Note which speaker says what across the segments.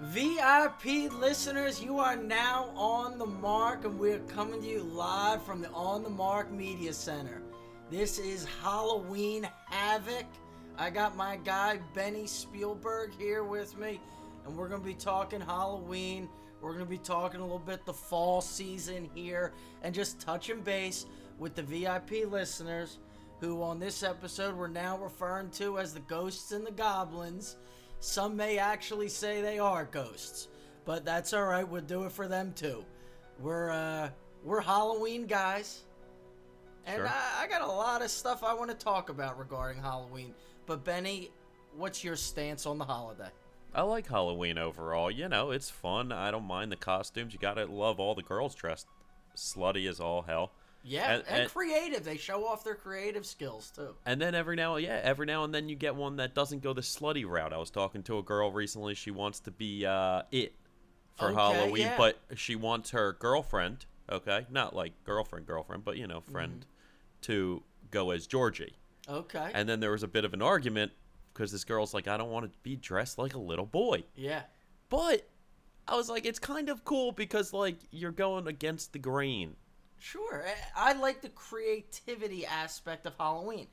Speaker 1: VIP listeners, you are now on the mark, and we're coming to you live from the On the Mark Media Center. This is Halloween Havoc. I got my guy Benny Spielberg here with me, and we're going to be talking Halloween. We're going to be talking a little bit the fall season here, and just touching base with the VIP listeners who, on this episode, we're now referring to as the Ghosts and the Goblins. Some may actually say they are ghosts, but that's all right. We'll do it for them too. We're uh, we're Halloween guys, and
Speaker 2: Sure.
Speaker 1: I, I got a lot of stuff I want to talk about regarding Halloween. But Benny, what's your stance on the holiday?
Speaker 2: I like Halloween overall. You know, it's fun. I don't mind the costumes. You gotta love all the girls dressed slutty as all hell.
Speaker 1: Yeah, and,
Speaker 2: And- and-
Speaker 1: creative. They show off their creative skills too.
Speaker 2: And then every now, yeah, every now and then you get one that doesn't go the slutty route. I was talking to a girl recently. She wants to be uh, it for
Speaker 1: Okay,
Speaker 2: Halloween,
Speaker 1: yeah.
Speaker 2: but she wants her girlfriend, okay, not like girlfriend, girlfriend, but you know,
Speaker 1: Mm-hmm.
Speaker 2: friend, to go as Georgie.
Speaker 1: Okay.
Speaker 2: And then there was a bit of an argument because this girl's like, I don't want to be dressed like a little boy.
Speaker 1: yeah.
Speaker 2: But I was like, it's kind of cool because like you're going against the grain.
Speaker 1: Sure. I- I like the creativity aspect of Halloween.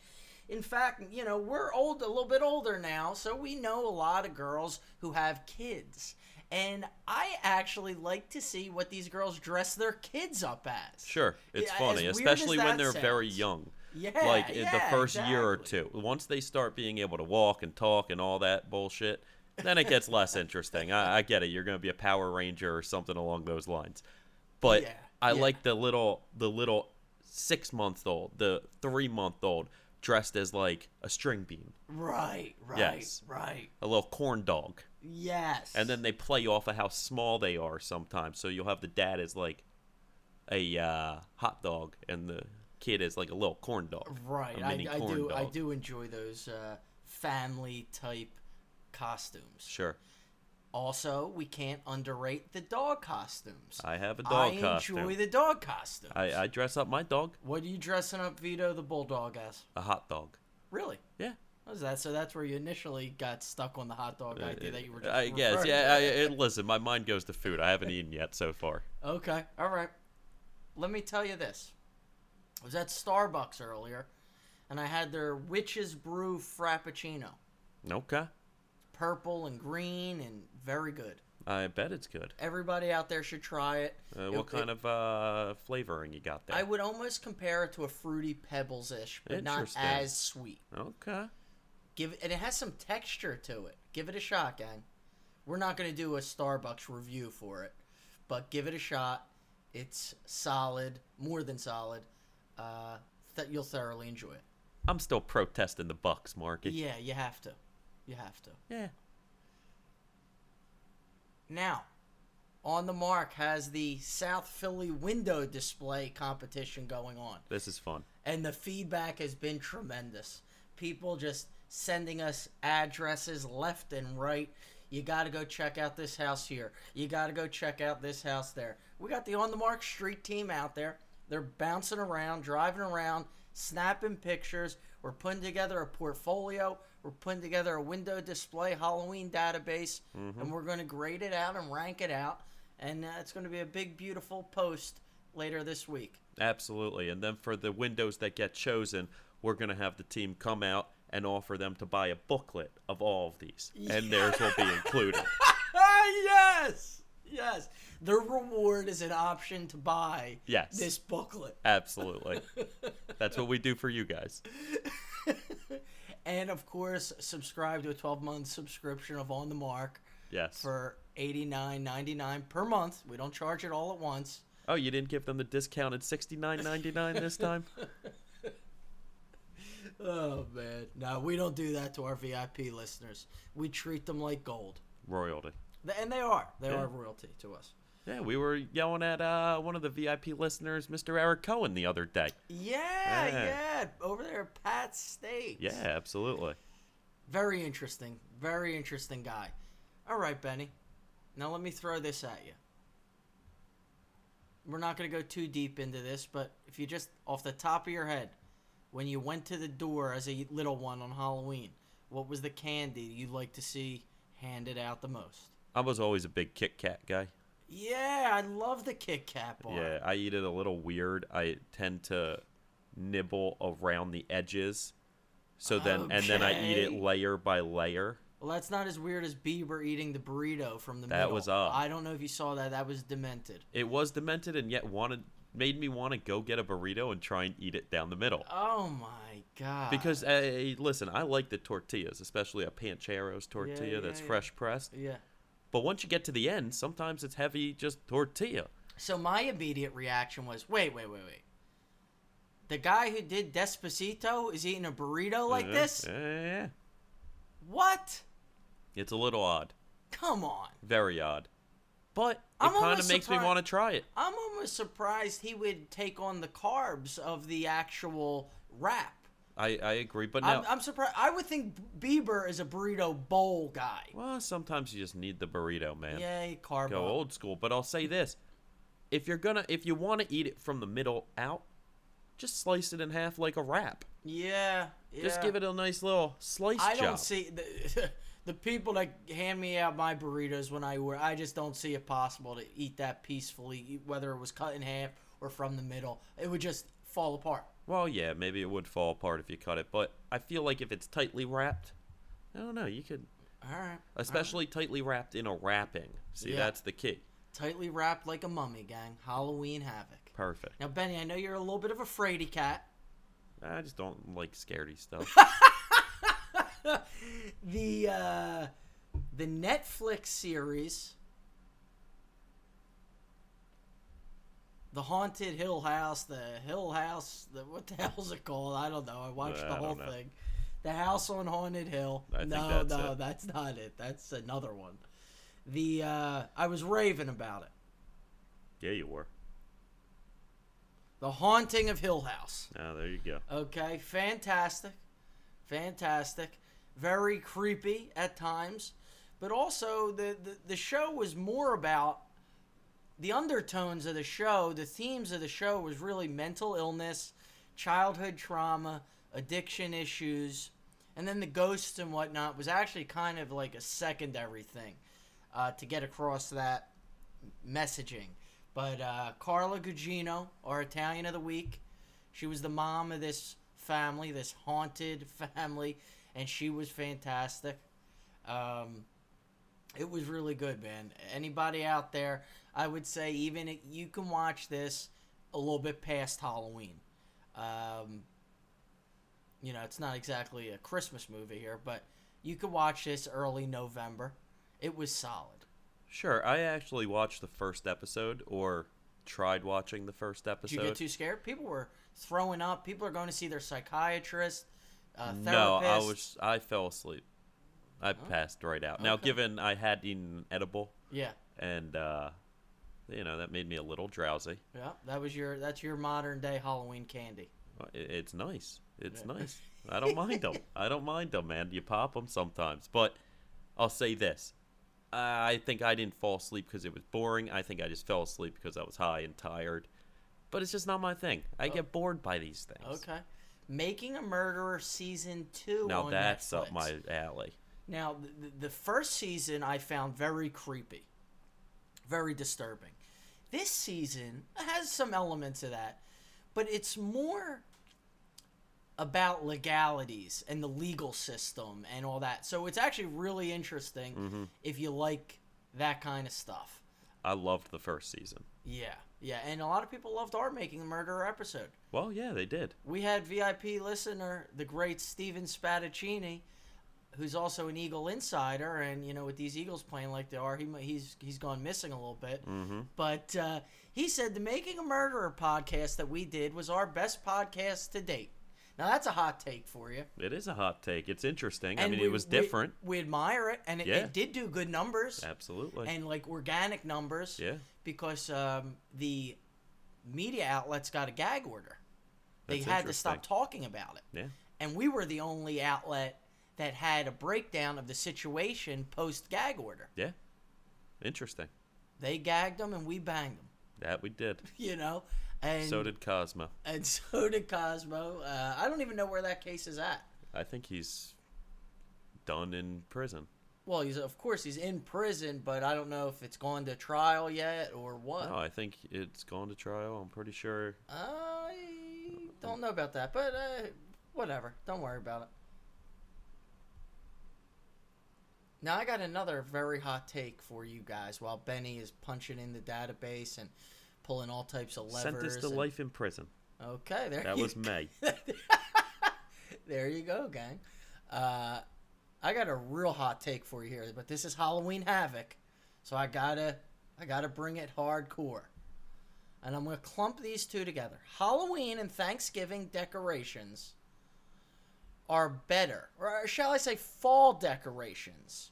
Speaker 1: In fact, you know, we're old, a little bit older now, so we know a lot of girls who have kids. And I actually like to see what these girls dress their kids up as.
Speaker 2: Sure, it's
Speaker 1: Yeah, as
Speaker 2: funny,
Speaker 1: weird as
Speaker 2: especially when
Speaker 1: that
Speaker 2: they're very
Speaker 1: sounds.
Speaker 2: young.
Speaker 1: Yeah.
Speaker 2: like in the
Speaker 1: yeah,
Speaker 2: first year or
Speaker 1: exactly.
Speaker 2: two. Once they start being able to walk and talk and all that bullshit, then it gets less interesting. I, I get it. You're going to be a Power Ranger or something along those lines. But
Speaker 1: Yeah,
Speaker 2: I
Speaker 1: yeah.
Speaker 2: like the little the little six month old, the three month old dressed as like a string bean,
Speaker 1: Right, right,
Speaker 2: Yes.
Speaker 1: right.
Speaker 2: a little corn dog.
Speaker 1: Yes.
Speaker 2: and then they play off of how small they are sometimes. So you'll have the dad as like a uh, hot dog, and the kid is like a little corn dog.
Speaker 1: Right.
Speaker 2: a
Speaker 1: I,
Speaker 2: mini
Speaker 1: I
Speaker 2: corn
Speaker 1: do I
Speaker 2: dog.
Speaker 1: do enjoy those uh, family type costumes.
Speaker 2: Sure,
Speaker 1: Also, we can't underrate the dog costumes.
Speaker 2: I have a dog
Speaker 1: I
Speaker 2: costume.
Speaker 1: enjoy the dog costumes.
Speaker 2: I, I dress up my dog
Speaker 1: What are you dressing up Vito the Bulldog as?
Speaker 2: a hot dog.
Speaker 1: Really?
Speaker 2: Yeah.
Speaker 1: What is that? So that's where you initially got stuck on the hot dog idea that you were just
Speaker 2: Uh, I guess.
Speaker 1: referring
Speaker 2: Yeah. I,
Speaker 1: to.
Speaker 2: I- listen, my mind goes to food. I haven't eaten yet so far.
Speaker 1: Okay. All right. Let me tell you this. I was at Starbucks earlier, and I had their Witch's Brew Frappuccino.
Speaker 2: Okay.
Speaker 1: Purple and green and very good.
Speaker 2: I bet it's good.
Speaker 1: Everybody out there should try it.
Speaker 2: Uh, what kind of uh, flavoring you got there?
Speaker 1: I would almost compare it to a fruity pebbles ish, but not
Speaker 2: Interesting.
Speaker 1: as sweet.
Speaker 2: okay.
Speaker 1: Give and it has some texture to it. Give it a shot, gang. We're not gonna do a Starbucks review for it, but give it a shot. It's solid, more than solid. Uh, that you'll thoroughly enjoy it.
Speaker 2: I'm still protesting the bucks, Marky.
Speaker 1: Yeah, you have to. You have to.
Speaker 2: yeah.
Speaker 1: Now, on the mark has the South Philly window display competition going on.
Speaker 2: This is fun.
Speaker 1: and the feedback has been tremendous. People just sending us addresses left and right. You got to go check out this house here. You got to go check out this house there. We got the on the mark street team out there. They're bouncing around, driving around, snapping pictures. We're putting together a portfolio. We're putting together a window display Halloween database, and we're going to grade it out and rank it out. And uh, it's going to be a big, beautiful post later this week.
Speaker 2: Absolutely. And then for the windows that get chosen, we're going to have the team come out and offer them to buy a booklet of all of these. And theirs will be included.
Speaker 1: Ah, yes, yes. The reward is an option to buy
Speaker 2: Yes.
Speaker 1: this booklet.
Speaker 2: Absolutely. That's what we do for you guys.
Speaker 1: And of course, subscribe to a 12 month subscription of On the Mark
Speaker 2: Yes.
Speaker 1: for $89.99 per month. We don't charge it all at once.
Speaker 2: Oh, you didn't give them the discounted sixty nine ninety nine this time?
Speaker 1: Oh, man. No, we don't do that to our VIP listeners. We treat them like gold.
Speaker 2: Royalty.
Speaker 1: Th- And they are. They
Speaker 2: Yeah.
Speaker 1: are royalty to us.
Speaker 2: Yeah, we were yelling at uh, one of the VIP listeners, Mr. Eric Cohen, the other day.
Speaker 1: Yeah, yeah.
Speaker 2: Yeah.
Speaker 1: Over there, at Pat's Steaks.
Speaker 2: Yeah, absolutely.
Speaker 1: Very interesting. Very interesting guy. All right, Benny. Now let me throw this at you. We're not going to go too deep into this, but if you just off the top of your head, when you went to the door as a little one on Halloween, what was the candy you like to see handed out the most?
Speaker 2: I was always a big Kit Kat guy.
Speaker 1: Yeah, I love the Kit Kat bar.
Speaker 2: Yeah, I eat it a little weird. I tend to nibble around the edges. So then and then I eat it
Speaker 1: Okay.
Speaker 2: layer by layer.
Speaker 1: Well, that's not as weird as Bieber eating the burrito from the
Speaker 2: That
Speaker 1: middle.
Speaker 2: was up.
Speaker 1: I don't know if you saw that. That was demented.
Speaker 2: It was demented and yet wanted made me want to go get a burrito and try and eat it down the middle.
Speaker 1: Oh my god.
Speaker 2: Because hey, listen, I like the tortillas, especially a pancheros tortilla
Speaker 1: yeah,
Speaker 2: that's
Speaker 1: yeah.
Speaker 2: fresh pressed.
Speaker 1: yeah.
Speaker 2: But once you get to the end, sometimes it's heavy just tortilla.
Speaker 1: So my immediate reaction was, wait, wait, wait, wait. The guy who did Despacito is eating a burrito like
Speaker 2: Yeah,
Speaker 1: this?
Speaker 2: Mm-hmm, Yeah, yeah, yeah.
Speaker 1: What?
Speaker 2: It's a little odd,
Speaker 1: Come on.
Speaker 2: very odd. But it
Speaker 1: I'm
Speaker 2: kind
Speaker 1: almost
Speaker 2: of makes
Speaker 1: surprised-
Speaker 2: me want to try it.
Speaker 1: I'm almost surprised he would take on the carbs of the actual wrap.
Speaker 2: I, I agree, but now
Speaker 1: I'm, I'm surprised. I would think Bieber is a burrito bowl guy.
Speaker 2: well, sometimes you just need the burrito, man.
Speaker 1: Yay, carb.
Speaker 2: Go
Speaker 1: up.
Speaker 2: old school. But I'll say this: if you're gonna, if you want to eat it from the middle out, just slice it in half like a wrap.
Speaker 1: Yeah, yeah.
Speaker 2: Just give it a nice little slice
Speaker 1: I
Speaker 2: job.
Speaker 1: don't see the, the people that hand me out my burritos when I were. I just don't see it possible to eat that peacefully, whether it was cut in half or from the middle. It would just fall apart.
Speaker 2: Well, yeah, maybe it would fall apart if you cut it, but I feel like if it's tightly wrapped, I don't know, you could,
Speaker 1: All right.
Speaker 2: especially tightly wrapped in a wrapping. See,
Speaker 1: Yeah.
Speaker 2: that's the key.
Speaker 1: Tightly wrapped like a mummy, gang. Halloween havoc.
Speaker 2: Perfect.
Speaker 1: Now, Benny, I know you're a little bit of a fraidy cat.
Speaker 2: I just don't like scaredy stuff.
Speaker 1: The uh, the Netflix series, the Haunted Hill House, the Hill House, the, what the hell's it called? I don't know. I watched
Speaker 2: I
Speaker 1: the
Speaker 2: don't
Speaker 1: whole
Speaker 2: know.
Speaker 1: thing. The House on Haunted Hill.
Speaker 2: I think
Speaker 1: no,
Speaker 2: that's
Speaker 1: no,
Speaker 2: it.
Speaker 1: that's not it. That's another one. The uh, I was raving about it.
Speaker 2: yeah, you were.
Speaker 1: The Haunting of Hill House.
Speaker 2: Ah, there you go.
Speaker 1: Okay, fantastic. Fantastic. Very creepy at times. But also the, the, the show was more about the undertones of the show, the themes of the show was really mental illness, childhood trauma, addiction issues, and then the ghosts and whatnot was actually kind of like a secondary thing uh, to get across that messaging. But uh, Carla Gugino, our Italian of the Week, she was the mom of this family, this haunted family, and she was fantastic. Um, it was really good, man. Anybody out there, I would say even if you can watch this a little bit past Halloween. Um, you know, it's not exactly a Christmas movie here, but you could watch this early November. It was solid.
Speaker 2: Sure, I actually watched the first episode, or tried watching the first
Speaker 1: Did you
Speaker 2: episode.
Speaker 1: get too scared? People were throwing up. People are going to see their psychiatrist, uh, therapist. Oh,
Speaker 2: no, I was, I fell asleep. I passed right out. Now,
Speaker 1: Okay.
Speaker 2: given I had eaten an edible,
Speaker 1: Yeah,
Speaker 2: and, uh, you know, that made me a little drowsy.
Speaker 1: yeah. That was your. That's your modern day Halloween candy.
Speaker 2: Well, uh, i- It's nice. It's
Speaker 1: Yeah.
Speaker 2: nice. I don't mind them. I don't mind them, man. You pop them sometimes. But I'll say this. I think I didn't fall asleep because it was boring. I think I just fell asleep because I was high and tired. But it's just not my thing. I
Speaker 1: Oh.
Speaker 2: get bored by these things.
Speaker 1: Okay. Making a Murderer season two.
Speaker 2: Now
Speaker 1: on
Speaker 2: that's
Speaker 1: Netflix.
Speaker 2: up my alley.
Speaker 1: Now, the, the first season I found very creepy, very disturbing. This season has some elements of that, but it's more about legalities and the legal system and all that. So it's actually really interesting
Speaker 2: Mm-hmm.
Speaker 1: if you like that kind of stuff.
Speaker 2: I loved the first season.
Speaker 1: Yeah, yeah. And a lot of people loved our Making the Murderer episode.
Speaker 2: Well, yeah, they did.
Speaker 1: We had VIP listener, the great Steven Spadaccini, who's also an Eagle insider, and you know, with these Eagles playing like they are, he mi- he's he's gone missing a little bit. Mm-hmm. But uh, he said the Making a Murderer podcast that we did was our best podcast to date. Now that's a hot take for you.
Speaker 2: It is a hot take. It's interesting. I mean,
Speaker 1: we-
Speaker 2: it was
Speaker 1: we-
Speaker 2: different.
Speaker 1: We, admire it, and it,
Speaker 2: Yeah.
Speaker 1: it did do good numbers
Speaker 2: Absolutely.
Speaker 1: and like organic numbers.
Speaker 2: Yeah.
Speaker 1: Because um, the media outlets got a gag order. They
Speaker 2: That's
Speaker 1: had to stop
Speaker 2: interesting.
Speaker 1: talking about it
Speaker 2: yeah.
Speaker 1: and we were the only outlet that had a breakdown of the situation post gag order.
Speaker 2: Yeah. Interesting.
Speaker 1: They gagged them and we banged them.
Speaker 2: That we did.
Speaker 1: You know, And
Speaker 2: So did Cosmo.
Speaker 1: and so did Cosmo. Uh, I don't even know where that case is at.
Speaker 2: I think he's done in prison.
Speaker 1: Well, he's of course he's in prison, but I don't know if it's gone to trial yet or what.
Speaker 2: No, Oh, I think it's gone to trial. I'm pretty sure.
Speaker 1: I don't know about that, but uh, whatever. Don't worry about it. Now I got another very hot take for you guys. While Benny is punching in the database and pulling all types of levers,
Speaker 2: Sentenced to
Speaker 1: and-
Speaker 2: life in prison.
Speaker 1: Okay, there
Speaker 2: That
Speaker 1: you
Speaker 2: was May.
Speaker 1: there you go, gang. Uh, I got a real hot take for you here, but this is Halloween Havoc, so I gotta I gotta bring it hardcore. And I'm gonna clump these two together. Halloween and Thanksgiving decorations are better, or shall I say, fall decorations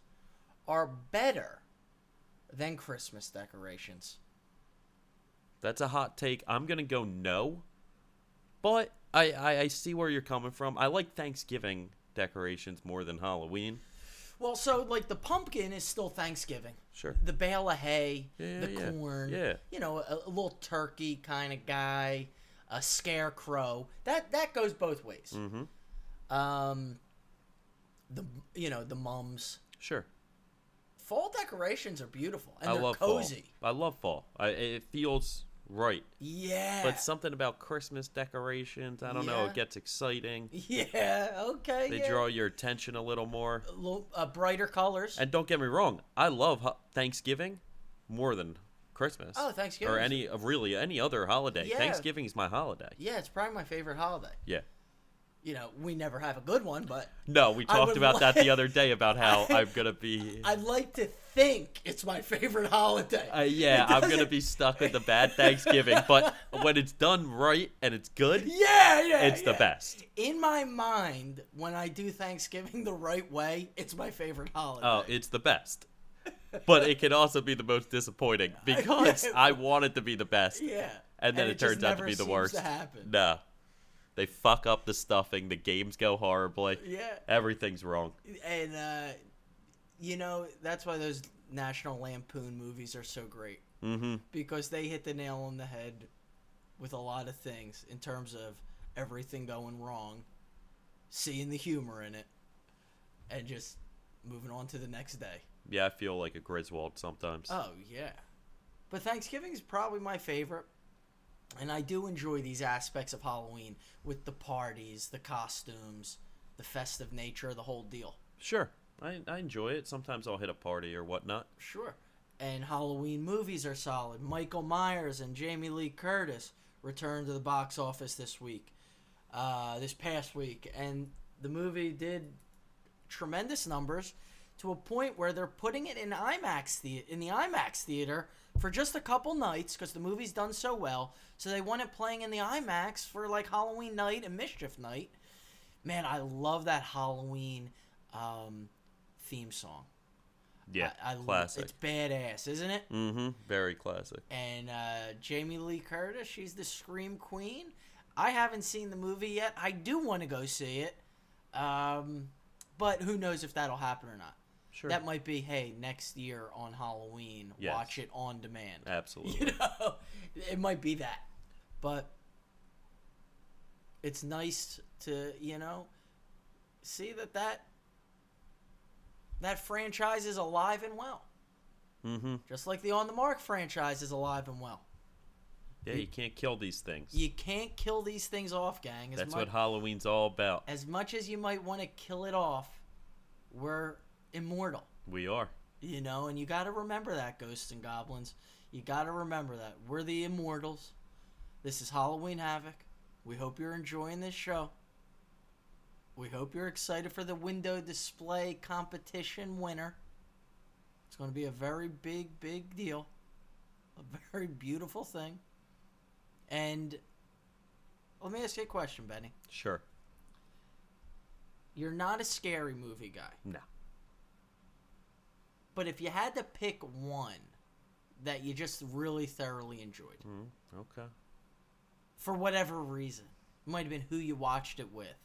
Speaker 1: are better than Christmas decorations.
Speaker 2: That's a hot take. I'm gonna go no, but I, I I see where you're coming from. I like Thanksgiving decorations more than Halloween.
Speaker 1: Well, so like the pumpkin is still Thanksgiving.
Speaker 2: Sure.
Speaker 1: The bale of hay,
Speaker 2: Yeah,
Speaker 1: the
Speaker 2: yeah,
Speaker 1: corn,
Speaker 2: yeah.
Speaker 1: you know, a, a little turkey kind of guy, a scarecrow. That that goes both ways.
Speaker 2: Mm-hmm.
Speaker 1: Um, the you know the mums.
Speaker 2: Sure.
Speaker 1: Fall decorations are beautiful and
Speaker 2: I
Speaker 1: they're
Speaker 2: love
Speaker 1: cozy.
Speaker 2: fall. I love fall. I, it feels right,
Speaker 1: Yeah.
Speaker 2: but something about Christmas decorations. I don't know.
Speaker 1: Yeah.
Speaker 2: It gets exciting.
Speaker 1: yeah. Okay.
Speaker 2: They
Speaker 1: yeah.
Speaker 2: draw your attention a little more.
Speaker 1: A little, uh, brighter colors.
Speaker 2: And don't get me wrong, I love ho- Thanksgiving more than Christmas.
Speaker 1: Oh, Thanksgiving.
Speaker 2: Or any of really any other holiday.
Speaker 1: Yeah.
Speaker 2: Thanksgiving is my holiday.
Speaker 1: yeah, it's probably my favorite holiday.
Speaker 2: Yeah.
Speaker 1: You know, we never have a good one, but
Speaker 2: No, we
Speaker 1: I
Speaker 2: talked
Speaker 1: would
Speaker 2: about that the
Speaker 1: like-
Speaker 2: other day about how I'm gonna be.
Speaker 1: I'd like to think it's my favorite holiday.
Speaker 2: Uh, yeah,
Speaker 1: It
Speaker 2: I'm gonna
Speaker 1: doesn't-
Speaker 2: be stuck with the bad Thanksgiving, but when it's done right and it's good,
Speaker 1: Yeah, yeah.
Speaker 2: it's the
Speaker 1: yeah.
Speaker 2: best.
Speaker 1: In my mind, when I do Thanksgiving the right way, it's my favorite holiday.
Speaker 2: Oh, it's the best. But it can also be the most disappointing because I want it to be the best,
Speaker 1: yeah.
Speaker 2: and then it,
Speaker 1: just
Speaker 2: turns out to
Speaker 1: never
Speaker 2: be the
Speaker 1: seems
Speaker 2: worst.
Speaker 1: To happen.
Speaker 2: No, they fuck up the stuffing. The games go horribly.
Speaker 1: Yeah.
Speaker 2: Everything's wrong.
Speaker 1: And uh, you know that's why those National Lampoon movies are so great
Speaker 2: Mm-hmm.
Speaker 1: because they hit the nail on the head with a lot of things in terms of everything going wrong, seeing the humor in it, and just moving on to the next day.
Speaker 2: Yeah, I feel like a Griswold sometimes.
Speaker 1: Oh yeah, but Thanksgiving's probably my favorite, and I do enjoy these aspects of Halloween with the parties, the costumes, the festive nature, the whole deal.
Speaker 2: sure, I, I enjoy it. Sometimes I'll hit a party or whatnot.
Speaker 1: Sure. And Halloween movies are solid. Michael Myers and Jamie Lee Curtis returned to the box office this week, uh, this past week, and the movie did tremendous numbers to a point where they're putting it in IMAX the in the IMAX theater for just a couple nights because the movie's done so well. So they want it playing in the IMAX for like Halloween night and Mischief night. Man, I love that Halloween um, theme song.
Speaker 2: Yeah,
Speaker 1: I, I lo-
Speaker 2: classic.
Speaker 1: It's badass, isn't it?
Speaker 2: Mm-hmm. Very classic.
Speaker 1: And uh, Jamie Lee Curtis, she's the scream queen. I haven't seen the movie yet. I do want to go see it, um, but who knows if that'll happen or not.
Speaker 2: Sure.
Speaker 1: That might be hey next year on Halloween,
Speaker 2: Yes.
Speaker 1: watch it on demand.
Speaker 2: Absolutely.
Speaker 1: You know, it might be that, but it's nice to you know see that that that franchise is alive and well,
Speaker 2: Mm-hmm.
Speaker 1: just like the On the Mark franchise is alive and well.
Speaker 2: Yeah, you can't kill these things.
Speaker 1: You can't kill these things off, gang. As
Speaker 2: That's
Speaker 1: much,
Speaker 2: what Halloween's all about.
Speaker 1: as much as you might want to kill it off, we're immortal,
Speaker 2: We are.
Speaker 1: you know, and you got to remember that, ghosts and goblins. You got to remember that. We're the immortals. This is Halloween Havoc. We hope you're enjoying this show. We hope you're excited for the window display competition winner. It's going to be a very big, big deal. A very beautiful thing. And let me ask you a question, Benny.
Speaker 2: Sure.
Speaker 1: You're not a scary movie guy,
Speaker 2: No.
Speaker 1: but if you had to pick one that you just really thoroughly enjoyed
Speaker 2: Mm, okay.
Speaker 1: for whatever reason, it might have been who you watched it with,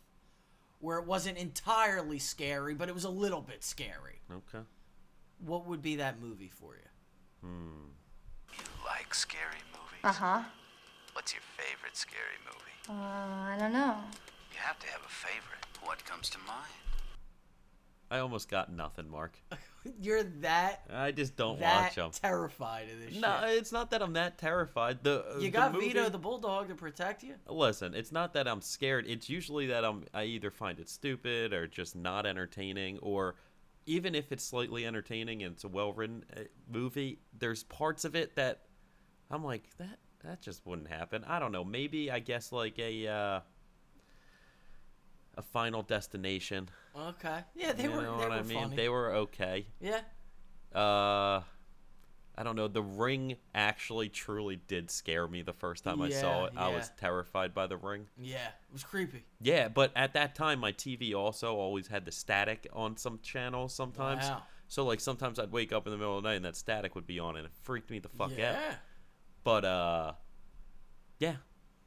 Speaker 1: where it wasn't entirely scary, but it was a little bit scary.
Speaker 2: Okay.
Speaker 1: What would be that movie for you?
Speaker 3: Uh-huh.
Speaker 4: like scary movies? Uh huh. What's your favorite scary movie?
Speaker 3: Uh, I don't know.
Speaker 4: You have to have a favorite. What comes to mind?
Speaker 2: I almost got nothing, Mark.
Speaker 1: You're that
Speaker 2: I just don't
Speaker 1: that
Speaker 2: watch them.
Speaker 1: terrified of this
Speaker 2: no,
Speaker 1: shit.
Speaker 2: it's not that I'm that terrified. The uh,
Speaker 1: You
Speaker 2: the
Speaker 1: got
Speaker 2: movie,
Speaker 1: Vito the bulldog to protect you.
Speaker 2: Listen, it's not that I'm scared. It's usually that I'm I either find it stupid or just not entertaining or even if it's slightly entertaining and it's a well-written uh, movie, there's parts of it that I'm like that that just wouldn't happen. I don't know. Maybe I guess like a uh a final destination.
Speaker 1: Okay. Yeah, they
Speaker 2: you
Speaker 1: were.
Speaker 2: know
Speaker 1: they
Speaker 2: what
Speaker 1: were
Speaker 2: I mean?
Speaker 1: Funny.
Speaker 2: They were okay.
Speaker 1: Yeah.
Speaker 2: Uh I don't know. The Ring actually truly did scare me the first time I saw
Speaker 1: Yeah,
Speaker 2: it. I was
Speaker 1: yeah.
Speaker 2: terrified by The Ring.
Speaker 1: Yeah. It was creepy.
Speaker 2: Yeah, but at that time, my TV also always had the static on some channels sometimes.
Speaker 1: Wow.
Speaker 2: So, like, sometimes I'd wake up in the middle of the night and that static would be on and it freaked me the fuck
Speaker 1: yeah.
Speaker 2: out. But, uh, yeah,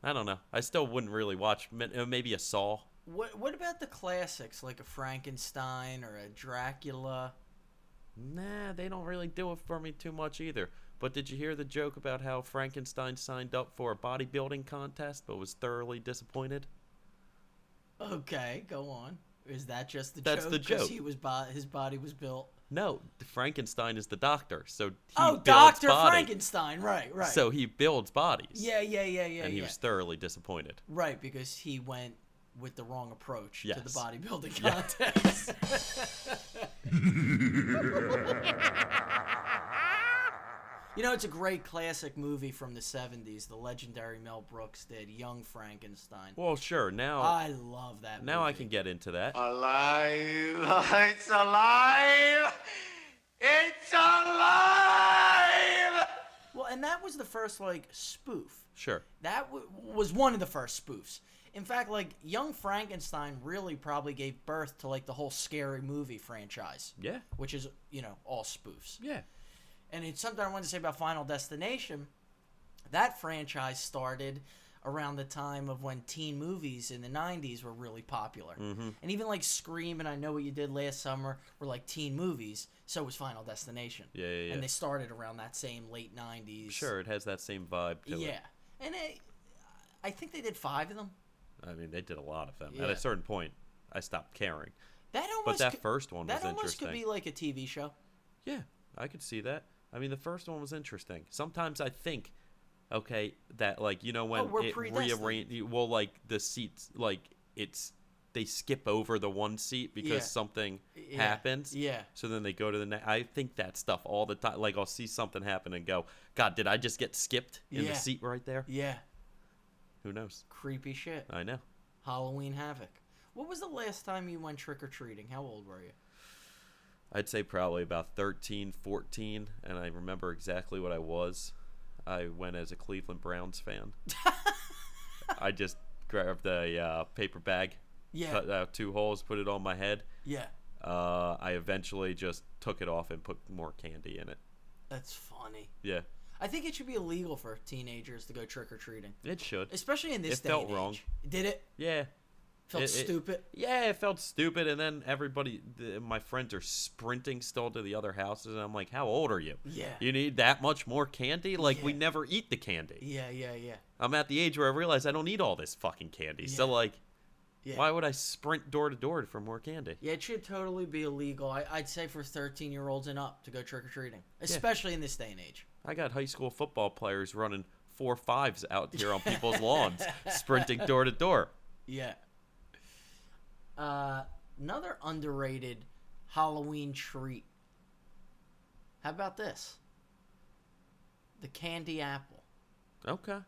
Speaker 2: I don't know. I still wouldn't really watch, min- uh, maybe a Saw.
Speaker 1: What What about the classics like a Frankenstein or a Dracula?
Speaker 2: Nah, they don't really do it for me too much either. But did you hear the joke about how Frankenstein signed up for a bodybuilding contest but was thoroughly disappointed?
Speaker 1: Okay, go on. Is that just the
Speaker 2: That's
Speaker 1: joke?
Speaker 2: the
Speaker 1: 'Cause
Speaker 2: joke.
Speaker 1: He was bo- his body was built.
Speaker 2: No, Frankenstein is the doctor, so he
Speaker 1: oh,
Speaker 2: builds
Speaker 1: Doctor
Speaker 2: body-
Speaker 1: Frankenstein. Right, right.
Speaker 2: So he builds bodies.
Speaker 1: yeah, yeah, yeah, yeah.
Speaker 2: and he
Speaker 1: yeah.
Speaker 2: was thoroughly disappointed.
Speaker 1: right because he went with the wrong approach to the
Speaker 2: Yes.
Speaker 1: bodybuilding
Speaker 2: Yeah.
Speaker 1: contest. you know, it's a great classic movie from the '70s. The legendary Mel Brooks did Young Frankenstein.
Speaker 2: Well, sure. Now,
Speaker 1: I Uh, love that.
Speaker 2: now I
Speaker 1: movie.
Speaker 2: can get into that.
Speaker 4: Alive! It's alive! It's alive!
Speaker 1: Well, and that was the first like spoof.
Speaker 2: sure.
Speaker 1: That w- was one of the first spoofs. In fact, like Young Frankenstein really probably gave birth to like the whole scary movie franchise,
Speaker 2: Yeah.
Speaker 1: which is you know all spoofs.
Speaker 2: Yeah.
Speaker 1: And it's something I wanted to say about Final Destination. That franchise started around the time of when teen movies in the 90s were really popular.
Speaker 2: Mm-hmm.
Speaker 1: And even like Scream and I Know What You Did Last Summer were like teen movies, so was Final Destination.
Speaker 2: Yeah, yeah, yeah.
Speaker 1: And they started around that same late 90s.
Speaker 2: Sure, it has that same vibe to
Speaker 1: yeah.
Speaker 2: it.
Speaker 1: And it, I think they did five of them.
Speaker 2: I mean, they did a lot of them. At
Speaker 1: Yeah.
Speaker 2: a certain point, I stopped caring.
Speaker 1: That
Speaker 2: But
Speaker 1: almost
Speaker 2: that
Speaker 1: could,
Speaker 2: first one
Speaker 1: that
Speaker 2: was
Speaker 1: almost
Speaker 2: interesting.
Speaker 1: could be like a TV show.
Speaker 2: Yeah, I could see that. I mean, the first one was interesting. Sometimes I think, okay, that like you know when
Speaker 1: Oh, we're
Speaker 2: it
Speaker 1: predestined.
Speaker 2: rearrange, well, like the seats, like it's they skip over the one seat because
Speaker 1: Yeah.
Speaker 2: something
Speaker 1: Yeah,
Speaker 2: happens.
Speaker 1: yeah.
Speaker 2: So then they go to the next. I think that stuff all the time. Like I'll see something happen and go, God, did I just get skipped in
Speaker 1: Yeah.
Speaker 2: the seat right there?
Speaker 1: Yeah,
Speaker 2: Who knows?
Speaker 1: creepy shit.
Speaker 2: I know.
Speaker 1: Halloween Havoc. What was the last time you went trick or treating? How old were you?
Speaker 2: I'd say probably about 13, 14, and I remember exactly what I was. I went as a Cleveland Browns fan. I just grabbed a uh, paper bag,
Speaker 1: Yeah,
Speaker 2: cut out two holes, put it on my head.
Speaker 1: yeah.
Speaker 2: Uh, I eventually just took it off and put more candy in it.
Speaker 1: That's funny.
Speaker 2: Yeah,
Speaker 1: I think it should be illegal for teenagers to go trick or treating,
Speaker 2: it should.
Speaker 1: especially in this
Speaker 2: It
Speaker 1: day.
Speaker 2: felt
Speaker 1: and age.
Speaker 2: wrong.
Speaker 1: Did it?
Speaker 2: Yeah.
Speaker 1: Felt
Speaker 2: It- it-
Speaker 1: stupid.
Speaker 2: Yeah, it felt stupid, and then everybody, the, my friends are sprinting still to the other houses, and I'm like, "How old are you?
Speaker 1: Yeah.
Speaker 2: you need that much more candy? Like we
Speaker 1: Yeah.
Speaker 2: never eat the candy.
Speaker 1: yeah, yeah, yeah.
Speaker 2: I'm at the age where I realize I don't need all this fucking candy. So
Speaker 1: Yeah.
Speaker 2: like,
Speaker 1: Yeah.
Speaker 2: why would I sprint door to door for more candy?
Speaker 1: Yeah, it should totally be illegal. I, I'd say for 13 year olds and up to go trick or treating, especially in this day and age.
Speaker 2: I got high school football players running four fives out here on people's lawns, sprinting door to door.
Speaker 1: Yeah. Uh, another underrated Halloween treat. How about this? The candy apple.
Speaker 2: Okay.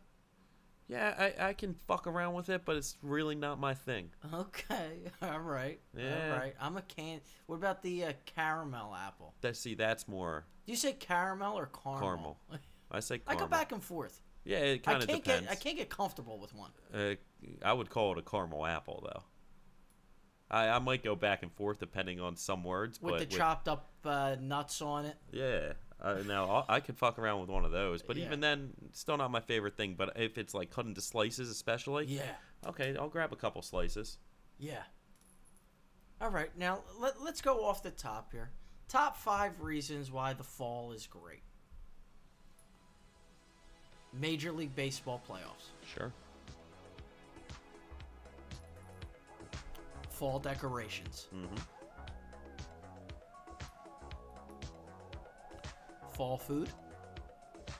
Speaker 2: Yeah, I, I can fuck around with it, but it's really not my thing.
Speaker 1: Okay, all right,
Speaker 2: Yeah.
Speaker 1: all right. I'm a can. What about the uh, caramel apple?
Speaker 2: That see, that's more
Speaker 1: Do you say caramel or caramel?
Speaker 2: caramel. I say
Speaker 1: I
Speaker 2: caramel.
Speaker 1: go back and forth.
Speaker 2: Yeah, it
Speaker 1: I
Speaker 2: kind
Speaker 1: can't
Speaker 2: of depends.
Speaker 1: get I can't get comfortable with one.
Speaker 2: Uh, I would call it a caramel apple though. I, I might go back and forth depending on some words,
Speaker 1: With
Speaker 2: but
Speaker 1: the chopped up uh, nuts on it.
Speaker 2: Yeah. Uh, now I'll- I could fuck around with one of those, but
Speaker 1: Yeah.
Speaker 2: even then, still not my favorite thing. But if it's like cut into slices, especially,
Speaker 1: Yeah,
Speaker 2: Okay, I'll grab a couple slices.
Speaker 1: yeah. All right, now let, let's go off the top here. Top five reasons why the fall is great. Major League Baseball playoffs,
Speaker 2: Sure.
Speaker 1: fall decorations,
Speaker 2: Mm-hmm.
Speaker 1: fall food.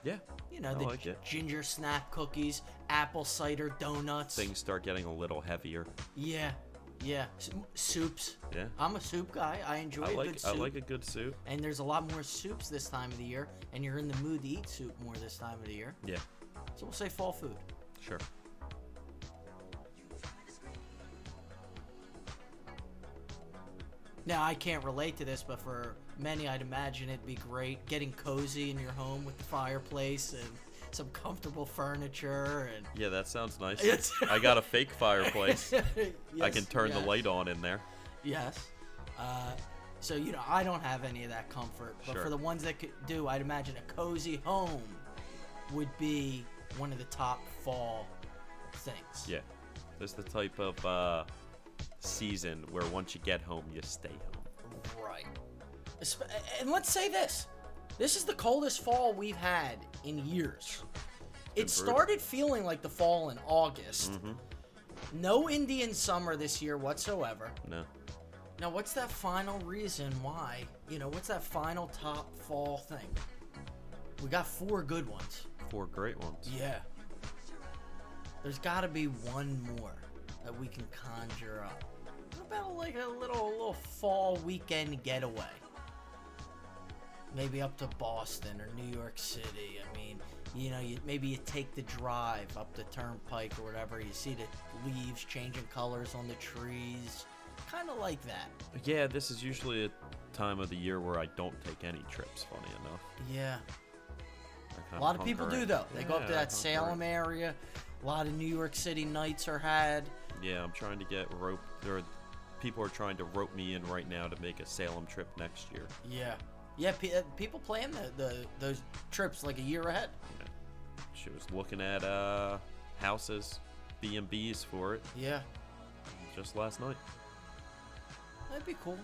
Speaker 2: Yeah.
Speaker 1: You know,
Speaker 2: I
Speaker 1: the
Speaker 2: like
Speaker 1: g-
Speaker 2: it.
Speaker 1: ginger snap cookies, apple cider donuts.
Speaker 2: Things start getting a little heavier.
Speaker 1: Yeah, yeah. S- soups.
Speaker 2: Yeah.
Speaker 1: I'm a soup guy. I enjoy
Speaker 2: I
Speaker 1: a
Speaker 2: like
Speaker 1: good
Speaker 2: I
Speaker 1: soup.
Speaker 2: like a good soup.
Speaker 1: And there's a lot more soups this time of the year, and you're in the mood to eat soup more this time of the year.
Speaker 2: Yeah.
Speaker 1: So we'll say fall food.
Speaker 2: Sure.
Speaker 1: Now, I can't relate to this, but for many, I'd imagine it'd be great getting cozy in your home with the fireplace and some comfortable furniture and.
Speaker 2: Yeah, that sounds nice.
Speaker 1: It's-
Speaker 2: I got a fake fireplace. I
Speaker 1: Yes,
Speaker 2: can turn
Speaker 1: yes,
Speaker 2: the light on in there.
Speaker 1: Yes. Uh, so, you know, I don't have any of that comfort, but
Speaker 2: Sure.
Speaker 1: for the ones that could do, I'd imagine a cozy home would be one of the top fall things.
Speaker 2: Yeah. There's the type of uh, season where once you get home, you stay home.
Speaker 1: Right. Espe- And let's say this this is the coldest fall we've had in years. It
Speaker 2: brutal.
Speaker 1: started feeling like the fall in August. No Indian summer this year whatsoever.
Speaker 2: No.
Speaker 1: Now, what's that final reason why? You know, what's that final top fall thing? We got four good ones.
Speaker 2: Four great ones.
Speaker 1: Yeah. There's got to be one more that we can conjure up. What about like a little a little fall weekend getaway? Maybe up to Boston or New York City. I mean, you know, you, maybe you take the drive up the turnpike or whatever. You see the leaves changing colors on the trees. Kind of like that.
Speaker 2: Yeah, this is usually a time of the year where I don't take any trips, funny enough.
Speaker 1: Yeah.
Speaker 2: I
Speaker 1: A
Speaker 2: kinda
Speaker 1: lot of people
Speaker 2: hunker
Speaker 1: do
Speaker 2: in.
Speaker 1: though. They go up to
Speaker 2: Yeah, I
Speaker 1: that Salem
Speaker 2: hunker in.
Speaker 1: area. A lot of New York City nights are had.
Speaker 2: Yeah, I'm trying to get rope. There, are, people are trying to rope me in right now to make a Salem trip next year.
Speaker 1: Yeah. Yeah, pe- uh, people plan the, the those trips like a year ahead.
Speaker 2: She was looking at uh houses, B and B's for it
Speaker 1: Yeah.
Speaker 2: just last night.
Speaker 1: That'd be cool.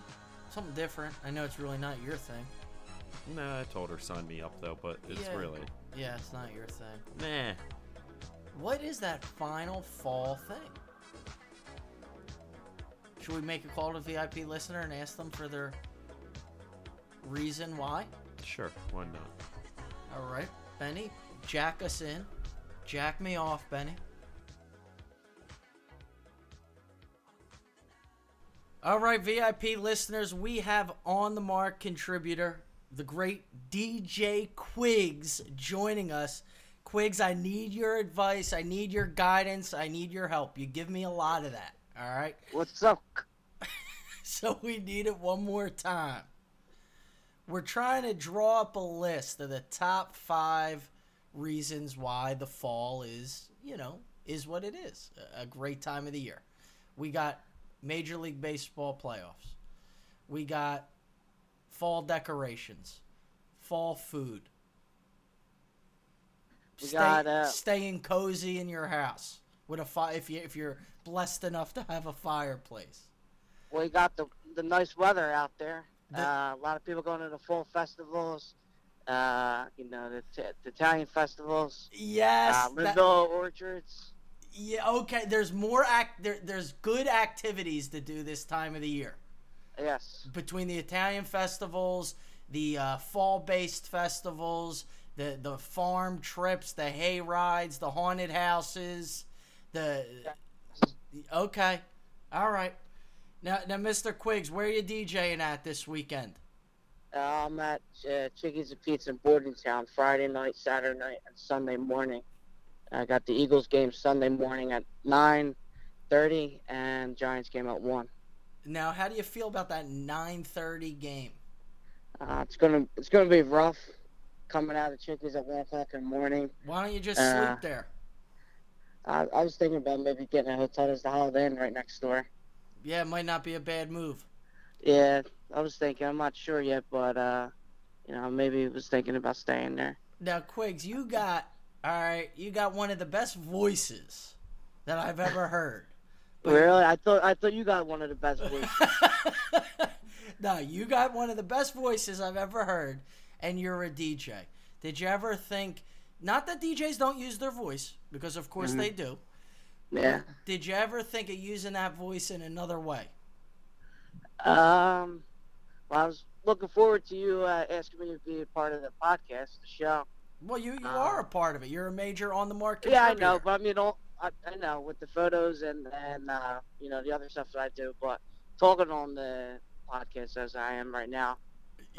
Speaker 1: Something different. I know it's really not your thing.
Speaker 2: Nah, I told her sign me up though, but it's
Speaker 1: Yeah.
Speaker 2: really
Speaker 1: Yeah, it's not your thing.
Speaker 2: nah.
Speaker 1: What is that final fall thing? Should we make a call to VIP listener and ask them for their reason why?
Speaker 2: Sure, why not?
Speaker 1: All right, Benny, jack us in. Jack me off, Benny. All right, VIP listeners, we have on the mark contributor, the great DJ Quiggs, joining us. Quiggs, I need your advice. I need your guidance. I need your help. You give me a lot of that. All right.
Speaker 3: What's up?
Speaker 1: So we need it one more time. We're trying to draw up a list of the top five reasons why the fall is, you know, is what it is. a- A great time of the year. We got Major League Baseball playoffs. We got fall decorations, fall food.
Speaker 3: We got, uh,
Speaker 1: staying cozy in your house with a fire if you if you're blessed enough to have a fireplace.
Speaker 3: We got the the nice weather out there.
Speaker 1: The-
Speaker 3: uh, a lot of people going to the fall festivals. Uh, you know the, t- the Italian festivals.
Speaker 1: Yes.
Speaker 3: Uh,
Speaker 1: that-
Speaker 3: Lindell Orchards.
Speaker 1: yeah. Okay. There's more act. There, there's good activities to do this time of the year
Speaker 3: Yes.
Speaker 1: between the Italian festivals, the uh, fall-based festivals, the the farm trips, the hay rides, the haunted houses, the. Okay. All right. Now, now, Mr. Quiggs, where are you DJing at this weekend?
Speaker 3: Uh, I'm at uh, Chickies and Pizza in Bordentown Friday night, Saturday night, and Sunday morning. I got the Eagles game Sunday morning at nine thirty, and Giants game at one.
Speaker 1: Now, how do you feel about that 9:30 game?
Speaker 3: Uh, it's gonna it's gonna be rough coming out of Chickies at one o'clock in the morning.
Speaker 1: Why don't you just
Speaker 3: Uh,
Speaker 1: sleep there?
Speaker 3: I, I was thinking about maybe getting a hotel. There's the Holiday Inn right next door.
Speaker 1: Yeah, it might not be a bad move.
Speaker 3: Yeah, I was thinking. I'm not sure yet, but uh, you know, maybe was thinking about staying there.
Speaker 1: Now, Quiggs, you got all right. You got one of the best voices that I've ever heard.
Speaker 3: really? I thought I thought you got one of the best voices.
Speaker 1: no, you got one of the best voices I've ever heard, and you're a DJ. Did you ever think Not that DJs don't use their voice, because of course they do.
Speaker 3: Yeah.
Speaker 1: Did you ever think of using that voice in another way?
Speaker 3: Um, well, I was looking forward to you uh, asking me to be a part of the podcast, the show.
Speaker 1: Well, you, you
Speaker 3: Uh,
Speaker 1: are a part of it. You're a major on the market.
Speaker 3: Yeah, I know, but I mean, all, I, I know with the photos and and uh, you know the other stuff that I do, but talking on the podcast as I am right now,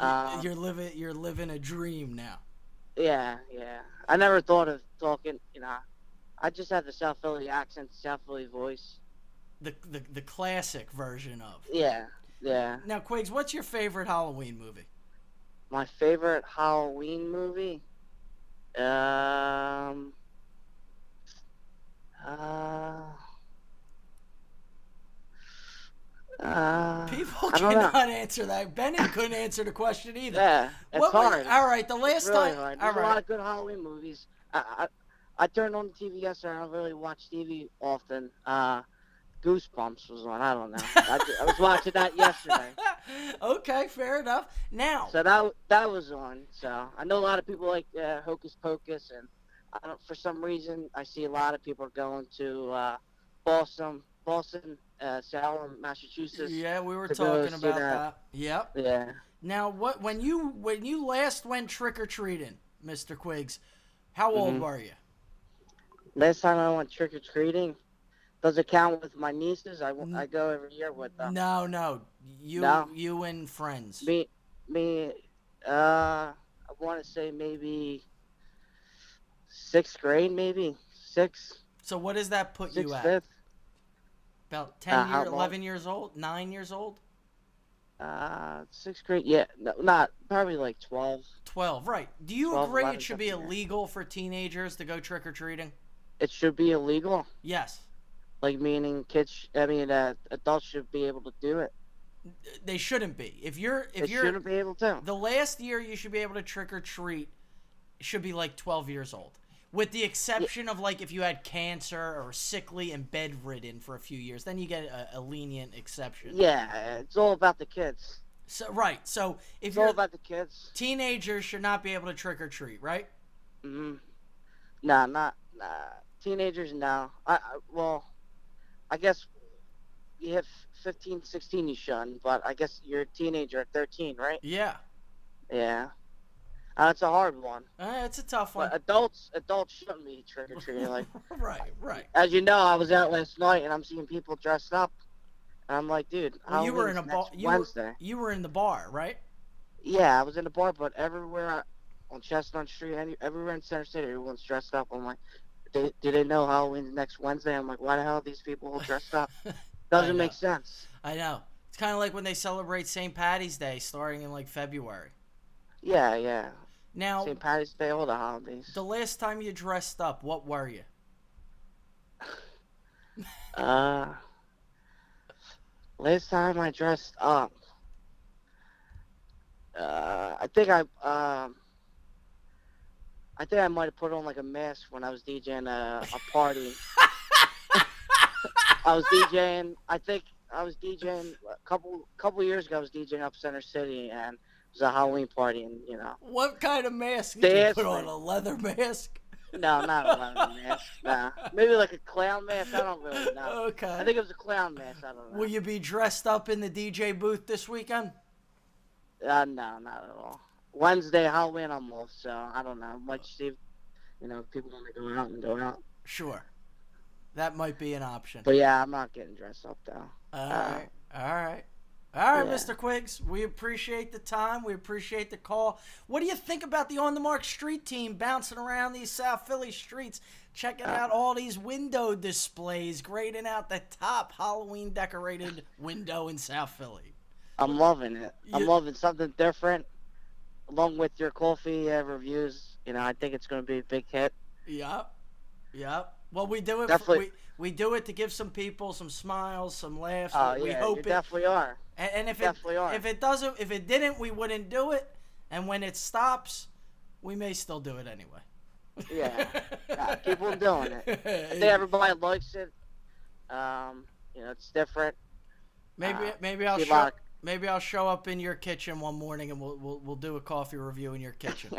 Speaker 3: uh,
Speaker 1: you're living you're living a dream now.
Speaker 3: yeah, yeah, I never thought of talking. You know, I just have the South Philly accent, South Philly voice.
Speaker 1: The the, the classic version of.
Speaker 3: Yeah, yeah.
Speaker 1: Now, Quiggs, what's your favorite Halloween movie?
Speaker 3: My favorite Halloween movie. Um. Uh. Uh,
Speaker 1: People
Speaker 3: I don't know.
Speaker 1: cannot answer that. Bennett couldn't answer the question either.
Speaker 3: yeah, it's
Speaker 1: What was-
Speaker 3: hard.
Speaker 1: all right, the last
Speaker 3: It's really
Speaker 1: time.
Speaker 3: hard.
Speaker 1: All
Speaker 3: There's a lot
Speaker 1: right,
Speaker 3: of good Halloween movies. I, I I turned on the TV yesterday. I don't really watch TV often. Uh, Goosebumps was on. I don't know. I, ju- I was watching that yesterday,
Speaker 1: okay, fair enough. Now,
Speaker 3: so that that was on. So I know a lot of people like uh, Hocus Pocus, and I don't, for some reason I see a lot of people going to uh, Boston, Boston, uh, Salem, Massachusetts.
Speaker 1: yeah, we were
Speaker 3: to go
Speaker 1: talking
Speaker 3: see
Speaker 1: about that.
Speaker 3: that.
Speaker 1: Yep.
Speaker 3: Yeah.
Speaker 1: Now, what when you when you last went trick or treating, Mister Quiggs? How old
Speaker 3: Mhm.
Speaker 1: were you?
Speaker 3: Last time I went trick or treating. Does it count with my nieces? I,
Speaker 1: Mm.
Speaker 3: w- I go every year with uh, them.
Speaker 1: No, no, you
Speaker 3: No.
Speaker 1: you and friends.
Speaker 3: Me, me, uh, I want to say maybe sixth grade, maybe six,
Speaker 1: So what does that put
Speaker 3: six,
Speaker 1: you at?
Speaker 3: fifth.
Speaker 1: About ten
Speaker 3: Uh, how
Speaker 1: year,
Speaker 3: long?
Speaker 1: eleven years old, nine years old,
Speaker 3: Uh, sixth grade. Yeah, no, not probably like twelve.
Speaker 1: twelve. Right? Do you
Speaker 3: 12,
Speaker 1: agree
Speaker 3: 11,
Speaker 1: it should be
Speaker 3: something, yeah.
Speaker 1: illegal for teenagers to go trick or treating?
Speaker 3: It should be illegal.
Speaker 1: Yes,
Speaker 3: Like meaning kids. sh- I mean, uh, adults should be able to do it.
Speaker 1: they shouldn't be. If you're if
Speaker 3: they
Speaker 1: you're
Speaker 3: shouldn't be able to.
Speaker 1: the last year you should be able to trick or treat should be like 12 years old with the exception of like if you had cancer or sickly and bedridden for a few years then you get a, a lenient exception
Speaker 3: yeah, it's all about the kids.
Speaker 1: so right so if
Speaker 3: It's all
Speaker 1: you're
Speaker 3: about the kids.
Speaker 1: teenagers should not be able to trick or treat right
Speaker 3: Mm-hmm. Nah, not nah. Teenagers, no. I, I well, I guess you hit f- 15, 16, you shun, but I guess you're a teenager at 13, right?
Speaker 1: yeah
Speaker 3: Yeah. Uh, it's a hard one.
Speaker 1: uh, it's a tough one
Speaker 3: But adults, adults shouldn't be trick or treating. Like,
Speaker 1: right right
Speaker 3: as you know, I was out last night and I'm seeing people dressed up, and I'm like, dude,
Speaker 1: Well, you were
Speaker 3: Halloween's
Speaker 1: in a bar
Speaker 3: next
Speaker 1: you
Speaker 3: Wednesday.
Speaker 1: were, you were in the bar right
Speaker 3: Yeah, I was in a bar, but everywhere I- on Chestnut Street, any, everywhere in Center City, everyone's dressed up. I'm like, they, do they know Halloween's next Wednesday? I'm like, why the hell are these people all dressed up?
Speaker 1: I know.
Speaker 3: Doesn't make sense.
Speaker 1: i know it's kind of like when they celebrate st patty's day starting in like february
Speaker 3: Yeah, yeah.
Speaker 1: now
Speaker 3: St. Patty's Day, all the holidays.
Speaker 1: the last time you dressed up what were you
Speaker 3: Uh, last time I dressed up, uh, I think I, um, I think I might have put on like a mask when I was DJing a, a party. I was DJing. I think I was DJing a couple couple years ago. I was DJing up Center City, and it was a Halloween party, and you know,
Speaker 1: What kind of mask
Speaker 3: They
Speaker 1: did you
Speaker 3: asked
Speaker 1: put
Speaker 3: me.
Speaker 1: on? A leather mask?
Speaker 3: no, not a Halloween mask. Nah, maybe like a clown mask. I don't really know.
Speaker 1: Okay.
Speaker 3: I think it was a clown mask. I don't know.
Speaker 1: Will you be dressed up in the DJ booth this weekend?
Speaker 3: Uh, no, not at all. Wednesday, Halloween, I'm off, so I don't know. Much see, if, you know, if people want to go out and go out.
Speaker 1: Sure. That might be an option.
Speaker 3: But yeah, I'm not getting dressed up though.
Speaker 1: All right. All right. All right,
Speaker 3: Yeah.
Speaker 1: Mr. Quiggs. We appreciate the time. We appreciate the call. What do you think about the on the mark street team bouncing around these South Philly streets, checking
Speaker 3: Uh.
Speaker 1: out all these window displays, grading out the top Halloween decorated window in South Philly?
Speaker 3: I'm loving it. I'm
Speaker 1: You-
Speaker 3: loving something different. Along with your coffee uh, reviews, you know, I think it's going to be a big hit.
Speaker 1: Yep. Yep. Well, we do it. For,
Speaker 3: Definitely.
Speaker 1: we, we do it to give some people some smiles, some laughs.
Speaker 3: Oh
Speaker 1: we
Speaker 3: yeah,
Speaker 1: hope
Speaker 3: you
Speaker 1: it.
Speaker 3: definitely are.
Speaker 1: and, and if it
Speaker 3: definitely are.
Speaker 1: if it doesn't, if it didn't, we wouldn't do it. And when it stops, we may still do it anyway.
Speaker 3: Yeah, Nah, keep on doing it. I think everybody likes it. Um, you know, it's different.
Speaker 1: maybe
Speaker 3: uh,
Speaker 1: maybe I'll
Speaker 3: good
Speaker 1: show
Speaker 3: luck.
Speaker 1: maybe I'll show up in your kitchen one morning and we'll we'll, we'll do a coffee review in your kitchen.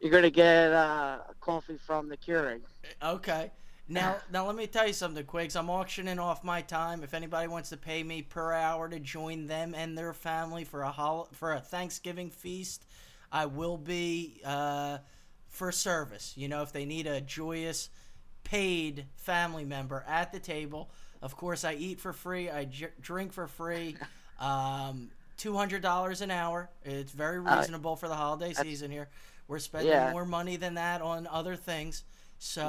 Speaker 3: You're gonna get uh, a coffee from the Keurig.
Speaker 1: Okay. Now,
Speaker 3: Ah.
Speaker 1: now let me tell you something, Quigs. I'm auctioning off my time. If anybody wants to pay me per hour to join them and their family for a hol- for a Thanksgiving feast, I will be uh, for service. You know, if they need a joyous, paid family member at the table, of course I eat for free. I j- drink for free. Um, Two hundred dollars an hour. It's very
Speaker 3: Uh,
Speaker 1: reasonable for the holiday season here. We're spending
Speaker 3: Yeah.
Speaker 1: more money than that on other things. So,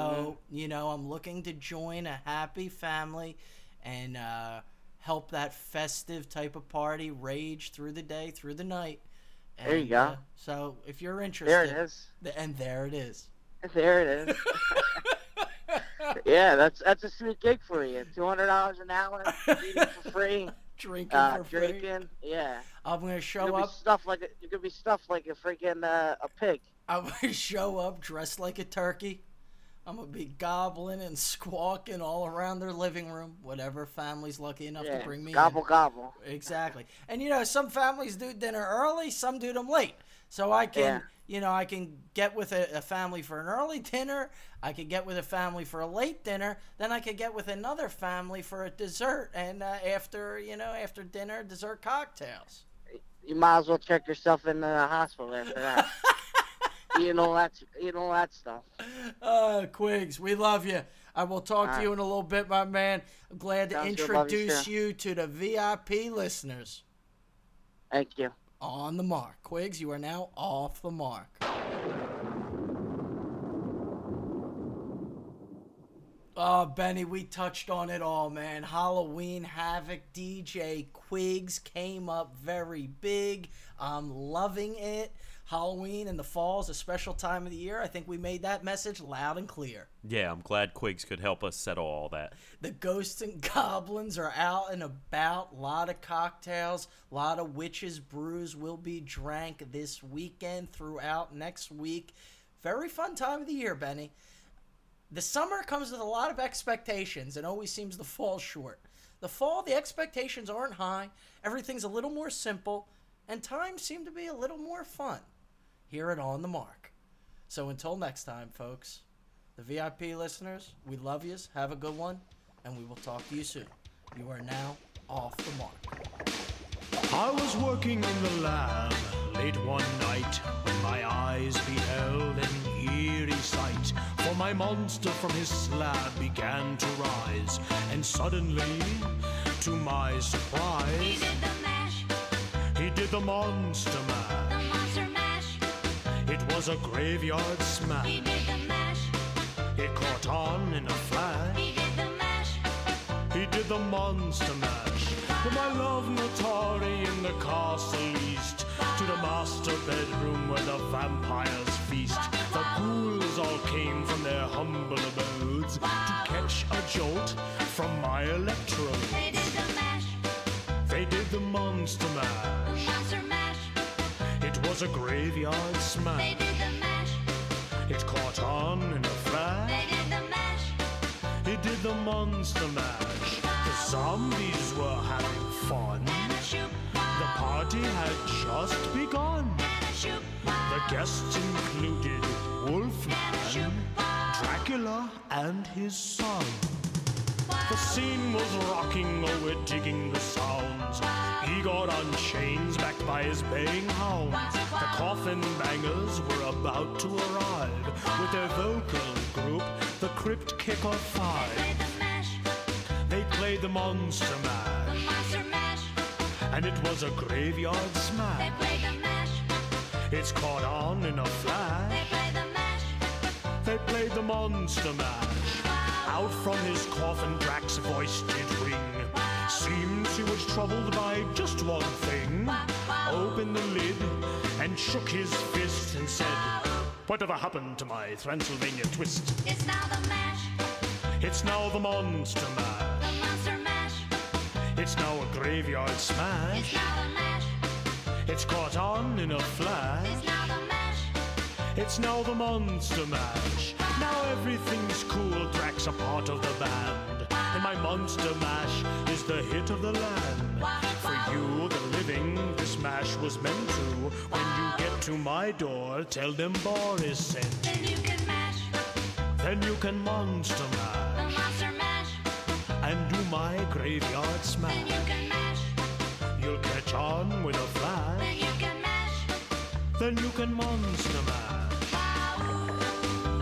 Speaker 3: Mm-hmm.
Speaker 1: you know, I'm looking to join a happy family and uh, help that festive type of party rage through the day, through the night. And,
Speaker 3: There you go.
Speaker 1: uh, so, if you're interested,
Speaker 3: There it is.
Speaker 1: th- and there it is.
Speaker 3: There it is. yeah, that's that's a sweet gig for you. Two hundred dollars an hour, eating for free,
Speaker 1: Drinking
Speaker 3: uh,
Speaker 1: for free.
Speaker 3: drinking. Yeah,
Speaker 1: I'm gonna
Speaker 3: you're
Speaker 1: show
Speaker 3: gonna be
Speaker 1: up.
Speaker 3: stuffed like a, you're gonna be stuffed like a freaking uh, a pig.
Speaker 1: I'm gonna show up dressed like a turkey. I'm gonna be gobbling and squawking all around their living room. Whatever family's lucky enough
Speaker 3: Yeah,
Speaker 1: to bring me in.
Speaker 3: gobble gobble.
Speaker 1: Exactly. And you know, some families do dinner early, some do them late. So I can,
Speaker 3: Yeah.
Speaker 1: you know, I can get with a, a family for an early dinner. I could get with a family for a late dinner. Then I could get with another family for a dessert and uh, after, you know, after dinner, dessert cocktails.
Speaker 3: You might as well check yourself in the hospital after that. eating all that, eating all that stuff.
Speaker 1: Uh, Quigs, we love you. I will talk to
Speaker 3: Alright.
Speaker 1: you in a little bit, my man. I'm glad to
Speaker 3: Sounds good. Love you,
Speaker 1: introduce
Speaker 3: sir.
Speaker 1: you to the VIP listeners
Speaker 3: Thank you.
Speaker 1: on the mark. Quigs, you are now off the mark. Oh, Benny, we touched on it all, man. Halloween Havoc DJ Quigs came up very big. I'm loving it. Halloween in the fall is a special time of the year. I think we made that message loud and clear.
Speaker 2: Yeah, I'm glad Quigs could help us settle all that.
Speaker 1: The ghosts and goblins are out and about. Lot of cocktails, lot of witches brews will be drank this weekend throughout next week. Very fun time of the year, Benny. The summer comes with a lot of expectations and always seems to fall short. The fall, the expectations aren't high. Everything's a little more simple, and times seem to be a little more fun. Here at On the Mark. So until next time, folks. The VIP listeners, we love yous. Have a good one, and we will talk to you soon. You are now off the mark.
Speaker 5: I was working in the lab late one night when my eyes beheld an eerie sight. For my monster from his slab began to rise, and suddenly, to my
Speaker 6: He
Speaker 5: surprise,
Speaker 6: did the mash,
Speaker 5: he did the monster
Speaker 6: the
Speaker 5: mash.
Speaker 6: monster mash.
Speaker 5: It was a graveyard
Speaker 6: He
Speaker 5: smash.
Speaker 6: did the mash.
Speaker 5: It caught on in a flash.
Speaker 6: He did the mash.
Speaker 5: He did the monster mash. With my love Natari in the castle east. To the master bedroom where the vampires feast. The ghouls all came from their humble abodes to catch a jolt from my electrode.
Speaker 6: They did the mash,
Speaker 5: They did the monster mash.
Speaker 6: the monster mash.
Speaker 5: It was a graveyard
Speaker 6: They
Speaker 5: smash.
Speaker 6: did the mash.
Speaker 5: It caught on in a flash.
Speaker 6: They did the mash.
Speaker 5: He did the monster mash. The zombies were having fun.
Speaker 6: And a shoop,
Speaker 5: The party had just begun.
Speaker 6: and a shoop,
Speaker 5: The guests included
Speaker 6: and a shoop.
Speaker 5: Wolfman, Dracula, and his son. The scene was rocking, oh, we're digging the sounds. Igor on chains, backed by his baying hounds. The coffin bangers were about to arrive with their vocal group, the Crypt Kicker Five.
Speaker 6: Did the mash,
Speaker 5: They played the Monster
Speaker 6: the
Speaker 5: Man,
Speaker 6: monster mash.
Speaker 5: and it was a graveyard
Speaker 6: They
Speaker 5: smash.
Speaker 6: played the mash.
Speaker 5: It's caught on in a flash.
Speaker 6: They played the mash.
Speaker 5: They played the monster mash. Out from his coffin, Drax's voice did ring. Seems he was troubled by just one thing. Opened the lid and shook his fist and said, Whatever happened to my Transylvania twist?
Speaker 6: It's now the mash,
Speaker 5: It's now the monster mash.
Speaker 6: the monster mash.
Speaker 5: It's now a graveyard
Speaker 6: It's
Speaker 5: smash.
Speaker 6: now the mash.
Speaker 5: It's caught on in a flash.
Speaker 6: It's now the mash.
Speaker 5: It's now the Monster Mash. Now everything's cool, Drax a part of the band. And my Monster Mash is the hit of the land. For you the living this mash was meant to. When you get to my door, tell them Boris sent.
Speaker 6: Then you can mash
Speaker 5: Then you can monster
Speaker 6: the
Speaker 5: mash
Speaker 6: monster mash.
Speaker 5: and do my graveyard
Speaker 6: Then you
Speaker 5: smash.
Speaker 6: can mash.
Speaker 5: You'll catch on with a flash.
Speaker 6: Then you can mash.
Speaker 5: Then you can monster mash.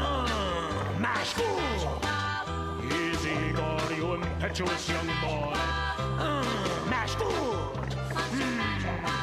Speaker 5: Uh, mash fool! Easy, Igor, you impetuous young boy. Uh, mash fool!
Speaker 6: Monster mash.
Speaker 5: Hmm. Hmm.